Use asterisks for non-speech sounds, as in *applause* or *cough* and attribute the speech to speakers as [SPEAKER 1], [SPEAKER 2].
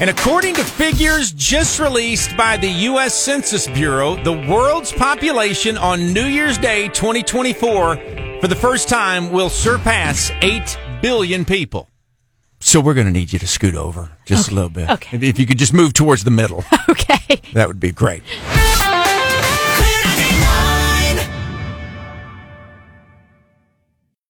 [SPEAKER 1] And according to figures just released by the U.S. Census Bureau, the world's population on New Year's Day 2024 for the first time will surpass 8 billion people. So we're going to need you to scoot over just a little bit.
[SPEAKER 2] Okay. *laughs*
[SPEAKER 1] If- If you could just move towards the middle,
[SPEAKER 2] Okay.
[SPEAKER 1] that would be great.